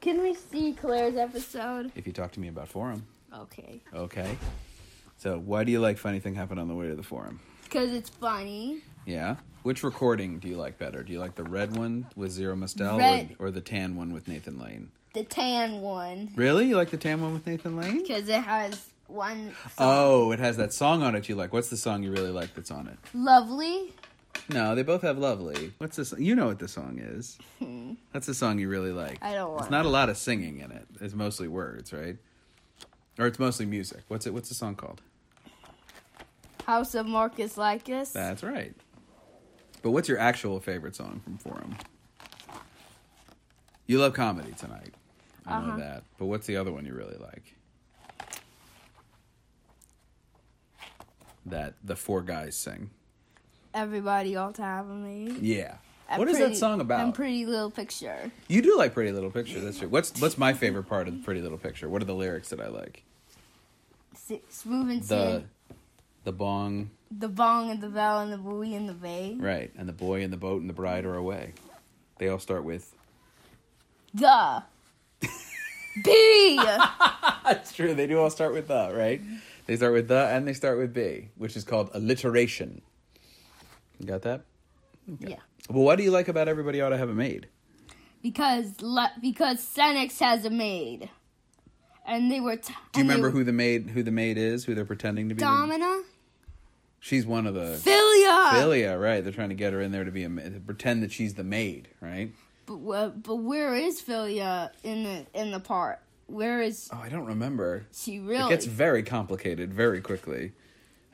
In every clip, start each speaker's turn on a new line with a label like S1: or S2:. S1: can we see Claire's episode?
S2: If you talk to me about forum,
S1: Okay.
S2: okay. So why do you like funny thing happened on the way to the forum?
S1: Because it's funny.
S2: Yeah. Which recording do you like better? Do you like the red one with Zero Mostel
S1: Red.
S2: or, or the tan one with Nathan Lane?
S1: The tan one.
S2: Really? You like the tan one with Nathan Lane?
S1: Because it has one
S2: Oh, it has that song on it you like. What's the song you really like that's on it?
S1: lovely.
S2: No, they both have lovely. What's this? You know what the song is. That's the song you really like.
S1: Hmm. I don't
S2: It's
S1: want
S2: not a lot of singing in it. It's mostly words, right? Or it's mostly music. What's it? What's the song called?
S1: House of Marcus Lycus.
S2: That's right. But what's your actual favorite song from Forum? You love comedy tonight. I know
S1: Uh-huh.
S2: that. But what's the other one you really like? That the four guys sing.
S1: Everybody ought to have me.
S2: Yeah.
S1: I'm
S2: What is
S1: pretty-
S2: that song about?
S1: And Pretty Little Picture.
S2: You do like Pretty Little Picture. That's true. What's what's my favorite part of Pretty Little Picture? What are the lyrics that I like?
S1: S- smooth and
S2: The
S1: the,
S2: the bong,
S1: the bong and the bell and the buoy and the bay.
S2: right, and the boy and the boat and the bride are away. They all start with
S1: The B.
S2: That's true. They do all start with the, right? They start with the and they start with B, which is called alliteration. You got that?
S1: yeah.
S2: Well, what do you like about everybody ought to have a maid?
S1: Because le- because Senex has a maid, and they were. T-
S2: Do you remember who the maid who the maid is, who they're pretending to be? the-
S1: Domina?
S2: She's one of the
S1: Philia.
S2: Philia, right? They're trying to get her in there to be a ma- to pretend that she's the maid, right?
S1: But, wh- but where is Philia in the in the part? Where is
S2: Oh, I don't remember.
S1: she
S2: It
S1: really?
S2: gets very complicated very quickly.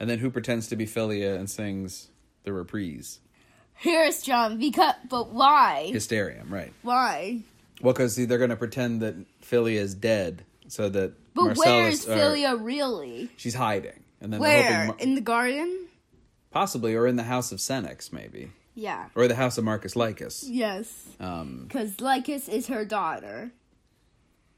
S2: And then who pretends to be Philia and sings the reprise?
S1: Here's John. Because but why?
S2: Hysterium, right.
S1: why?
S2: Well, because they're going to pretend that Philia is dead so that
S1: But where
S2: Marcellus.
S1: is
S2: or-
S1: Philia really?
S2: she's hiding. And then they're
S1: Where
S2: hoping Mar-
S1: in the garden?
S2: possibly, or in the house of Senex, maybe.
S1: Yeah.
S2: Or the house of Marcus Lycus.
S1: Yes.
S2: Um,
S1: Because Lycus is her daughter.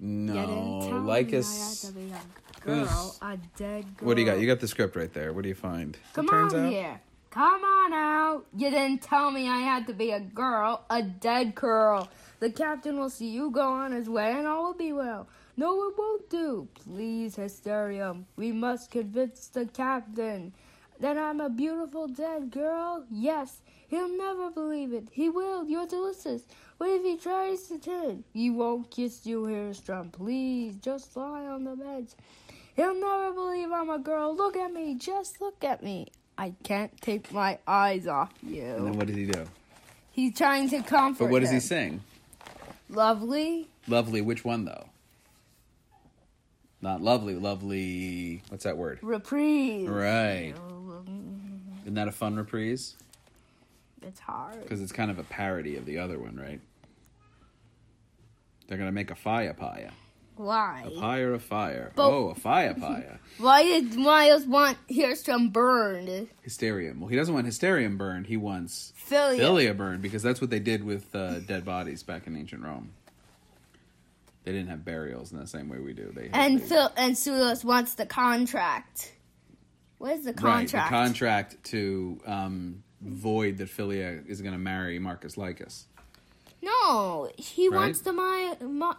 S1: You didn't tell
S2: no,
S1: me I
S2: Oh, Lycus.
S1: had to be a girl,
S2: Who's-
S1: a dead girl.
S2: What do you got? You got the script right there. What do you find?
S1: Come
S2: it turns
S1: on
S2: out
S1: here. Come on out. You didn't tell me I had to be a girl, a dead girl. The captain will see you go on his way and all will be well. No, it won't do. Please, Hysterium, we must convince the captain that I'm a beautiful dead girl. Yes, he'll never believe it. He will. You're delicious. What if he tries to turn? He won't kiss you, Hairstorm. Please, just lie on the bed. He'll never believe I'm a girl. Look at me. Just look at me. I can't take my eyes off
S2: And then
S1: you.
S2: what does he do?
S1: He's trying to comfort.
S2: But what does
S1: him.
S2: he sing?
S1: Lovely.
S2: Lovely, which one though? Not lovely, lovely. What's that word?
S1: Reprise.
S2: Right. Isn't that a fun reprise?
S1: It's hard.
S2: Because it's kind of a parody of the other one, right? They're gonna make a fire pie.
S1: Why?
S2: A pie or a fire?
S1: But-
S2: oh, a fire pie.
S1: Why did Miles want Hairstorm burned?
S2: Hysterium. Well, he doesn't want Hysterium burned. He wants
S1: Philly.
S2: Philia burned because that's what they did with uh, dead bodies back in ancient Rome. They didn't have burials in the same way we do. They
S1: And
S2: they-
S1: Phil and Sulos wants the contract. What is the contract?
S2: Right, the contract to um, void that Philia is going to marry Marcus Lycus.
S1: no, he
S2: Right?
S1: wants to my, my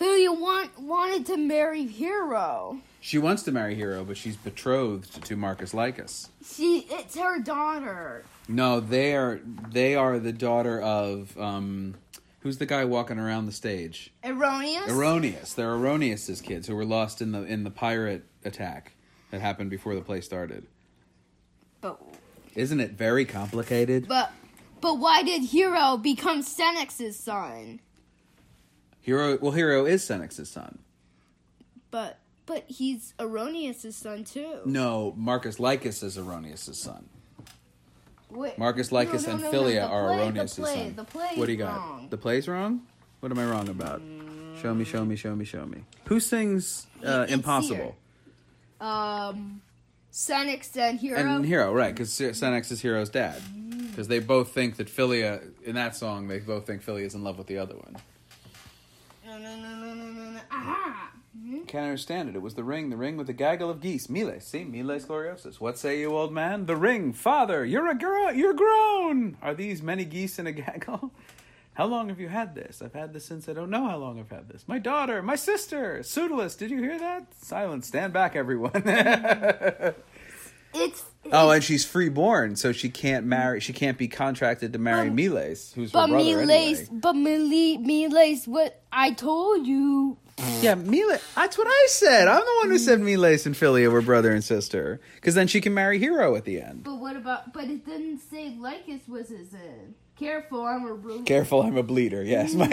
S1: Philia want wanted to marry Hero.
S2: She wants to marry Hero, but she's betrothed to Marcus Lycus.
S1: She it's her daughter.
S2: No, they are they are the daughter of um, who's the guy walking around the stage?
S1: Erroneous.
S2: Erroneous. They're Erroneous's kids who were lost in the in the pirate attack that happened before the play started.
S1: but
S2: Isn't it very complicated?
S1: but but why did Hero become Senex's son?
S2: Hero, well, Hero is Senex's son.
S1: But but he's Erroneous's son too.
S2: No, Marcus Lycus is Erroneous's son.
S1: Wait,
S2: Marcus
S1: no,
S2: Lycus
S1: no,
S2: and
S1: no, no,
S2: Philia
S1: the
S2: are
S1: play-
S2: Erroneus'
S1: The play,
S2: son.
S1: The play
S2: what do you
S1: is
S2: got?
S1: wrong.
S2: The play's wrong? What am I wrong about? Show me, show me, show me, show me. Who sings uh,
S1: It's
S2: Impossible?
S1: here. um, Senex and Hero.
S2: And Hero, right, because Senex is Hero's dad. Because they both think that Philia, in that song, they both think Philia is in love with the other one.
S1: No, no, no, no, no, no, no. Ah.
S2: Can't understand it. It was the ring, the ring with the gaggle of geese. Miles, see, Miles gloriosus. What say you, old man? The ring, father, you're a girl, you're grown. Are these many geese in a gaggle? How long have you had this? I've had this since I don't know how long I've had this. My daughter, my sister, Pseudolus, did you hear that? Silence, stand back, everyone.
S1: It's
S2: oh, and she's freeborn, so she can't marry, she can't be contracted to marry
S1: But-
S2: Miles, who's her
S1: but
S2: brother.
S1: me lace,
S2: Anyway.
S1: but me le- me lace. What I told you.
S2: Yeah, Miles, that's what I said. I'm the one who said Miles and Philia were brother and sister. Because then she can marry Hero at the end.
S1: But what about? But it didn't say Lycus was his in. Careful, I'm a ruler.
S2: Careful, I'm a bleeder. Yes. My-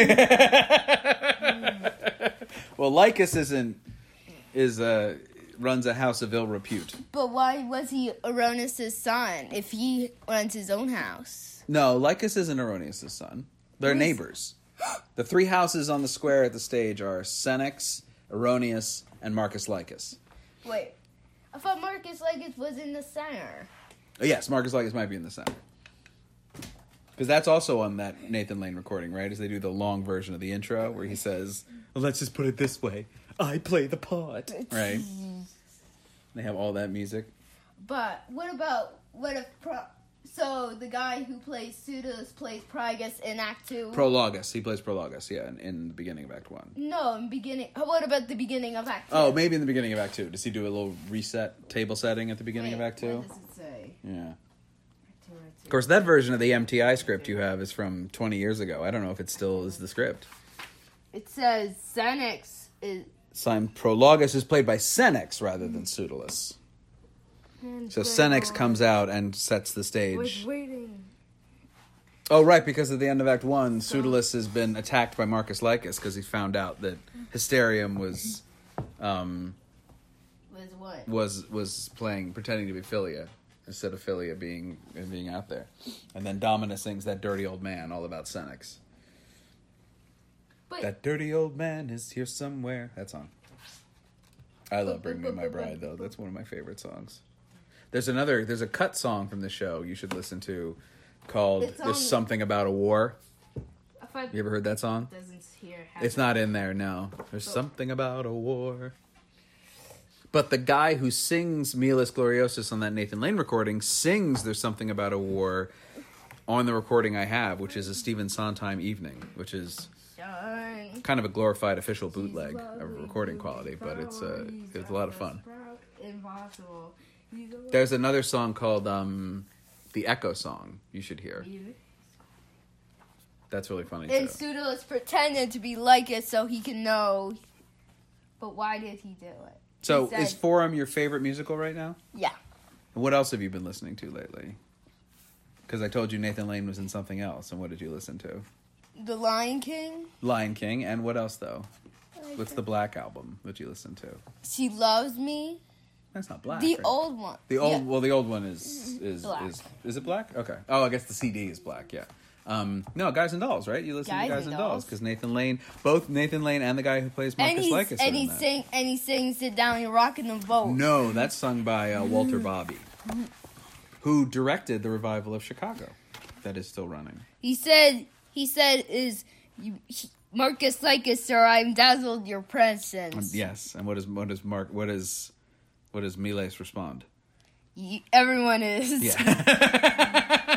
S2: well, Lycus isn't is uh runs a house of ill repute.
S1: but why was he Aronis' son if he runs his own house?
S2: No, Lycus isn't Erroneous' son. They're
S1: Who is-
S2: neighbors. the three houses on the square at the stage are Senex, Erroneous, and Marcus Lycus.
S1: Wait, I thought Marcus Lycus was in the center.
S2: Oh, yes, Marcus Lycus might be in the center. Because that's also on that Nathan Lane recording, right? As they do the long version of the intro where he says, Let's just put it this way I play the part. Right? they have all that music.
S3: But what about what if Pro- so the guy who plays Pseudos plays Prigus in Act Two?
S2: Prologus. He plays Prologus, yeah, in, in the beginning of Act 1.
S3: no, in beginning. oh, What about the beginning of Act Two?
S2: Oh, maybe in the beginning of Act 2. Does he do a little reset table setting at the beginning of
S3: Wait,
S2: Act 2?
S3: What does it say?
S2: Yeah.
S3: Act Two, Act
S2: Of course, that version of the MTI script you have is from 20 years ago. I don't know if it still is the script.
S1: It says Senex is.
S2: Simon Prologus is played by Senex rather than Pseudolus. So Senex comes out and sets the
S1: Was
S2: stage.
S1: waiting.
S2: Oh, right, because at the end of Act 1, Pseudolus has been attacked by Marcus Lycus because he found out that Hysterium was um,
S3: Two. Was what?
S2: was was playing pretending to be Philia instead of Philia being being out there. And then Domina sings that dirty old man all about Senex.
S1: But
S2: That dirty old man is here somewhere. That song. I love Bring Me My Bride though. That's one of my favorite songs. There's another there's a cut song from the show you should listen to called
S3: It's on-
S2: There's Something About a War.
S1: I thought
S2: You ever heard that song?
S1: doesn't hear.
S2: It's not in there, no. There's something about a war. But the guy who sings Miles Gloriosus on that Nathan Lane recording sings There's Something About a War on the recording I have, which is a Stephen Sondheim evening, which is
S1: Done.
S2: kind of a glorified official bootleg of recording quality, but it's uh, it's a lot of fun.
S1: Impossible. He's a-
S2: There's another song called um, the Echo Song. You should hear. That's really funny.
S3: And
S2: too.
S3: Pseudos pretended to be Lycus so he can know. But why did he do it?
S2: So
S3: he said-
S2: is Forum your favorite musical right now?
S3: Yeah.
S2: And What else have you been listening to lately? Because I told you Nathan Lane was in something else, and what did you listen to?
S3: The Lion King.
S2: Lion King, and what else though? What's the Black album that you listen to?
S3: She loves me.
S2: That's not black.
S3: The
S2: right?
S3: old one.
S2: The old
S3: Yeah.
S2: well, the old one is is
S3: Black.
S2: is is it black? Okay. Oh, I guess the CD is black. Yeah. Um, no, Guys and Dolls, right? You listen
S3: Guys
S2: to Guys
S3: and
S2: and Dolls
S3: Dolls.
S2: because Nathan Lane, both Nathan Lane and the guy who plays
S3: And
S2: Marcus
S3: he's
S2: Lycus
S3: and
S2: are in
S3: he
S2: that.
S3: sing and he sings sit down and rocking the boat.
S2: No, that's sung by uh, Walter Bobby, who directed the revival of Chicago, that is still running.
S3: He said, he said, is you, he- Marcus Lycus, sir, I'm dazzled your
S2: Um,
S3: presence.
S2: Yes, and what is what is Mark? What is what does Miles respond?
S3: You- everyone is.
S2: Yeah.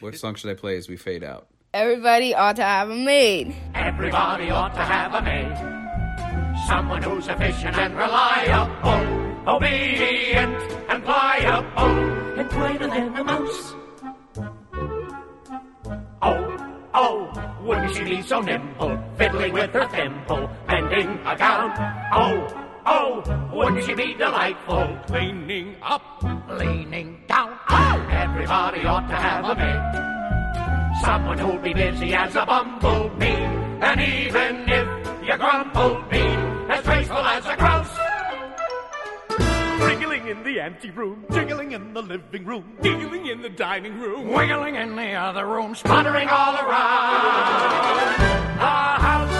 S2: Which song should I play as we fade out?
S3: Everybody ought to have a maid.
S4: Everybody ought to have a maid. Someone who's efficient and reliable, obedient and pliable, and quieter than a mouse. Oh, oh, wouldn't she be so nimble, fiddling with her thimble, mending a gown? Oh, oh, wouldn't she be delightful, cleaning up, leaning down? Oh, everybody ought to have a maid. Someone who'll be busy as a bumblebee. And even if you grumble, be as graceful as a grouse.
S5: Wriggling in the ante room, jiggling in the living room, giggling in the dining room.
S4: Wiggling in the other room, sputtering all around the house.